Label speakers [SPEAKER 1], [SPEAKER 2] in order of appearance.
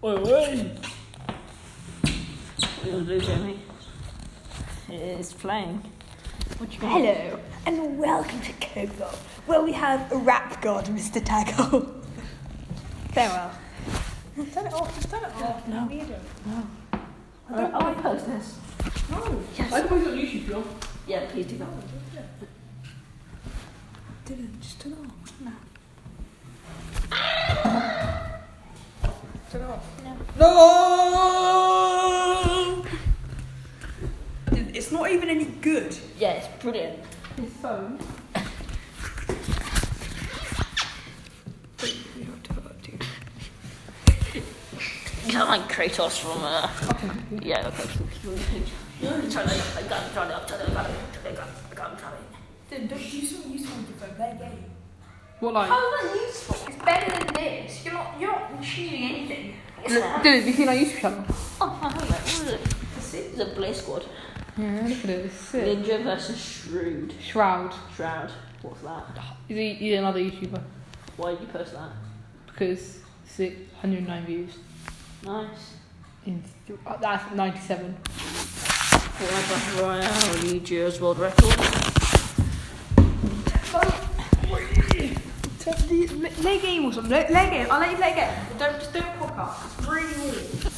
[SPEAKER 1] Hoi hoi.
[SPEAKER 2] You'll do, Jamie. It's flying. What you gonna
[SPEAKER 3] Hello and welcome to Code Bob, where we have a rap god, Mr. Tackle. Farewell.
[SPEAKER 1] Turn it off, just turn it off.
[SPEAKER 2] No.
[SPEAKER 1] Weirdo.
[SPEAKER 2] I don't I like post this.
[SPEAKER 1] Uh, No.
[SPEAKER 2] Yes.
[SPEAKER 1] I think on YouTube, John.
[SPEAKER 2] Yeah, please do that.
[SPEAKER 3] Dylan, just turn off.
[SPEAKER 1] Turn it off. No.
[SPEAKER 3] It- It's not even any good.
[SPEAKER 2] Yeah, it's brilliant.
[SPEAKER 1] His phone.
[SPEAKER 3] Wait, you don't do that, dude.
[SPEAKER 2] You sound like Kratos from uh Yeah, okay. Turn it up, I got it, turn it up, turn it up, turn it up, I got it, turn it up.
[SPEAKER 3] Dylan, don't do something useful with your phone. Play a game.
[SPEAKER 1] What like?
[SPEAKER 3] How is that useful? It's better than this. You're not, you're not achieving anything.
[SPEAKER 2] It's that.
[SPEAKER 1] Dude, have you seen our YouTube channel?
[SPEAKER 2] Oh, I have it. What is it? The Blaze Squad.
[SPEAKER 1] Yeah, look at it. It's sick.
[SPEAKER 2] Ninja versus Shrewd.
[SPEAKER 1] Shroud.
[SPEAKER 2] Shroud. What's that?
[SPEAKER 1] He's, a, he's another YouTuber
[SPEAKER 2] Why did you post that?
[SPEAKER 1] because six hundred nine views
[SPEAKER 2] Nice.
[SPEAKER 1] in th- uh, that's ninety seven.
[SPEAKER 2] Forever Royale, New Year's World Record.
[SPEAKER 3] Play a game or something. Play a game. I'll let you play a game. Don't, just don't podcast. It's really weird.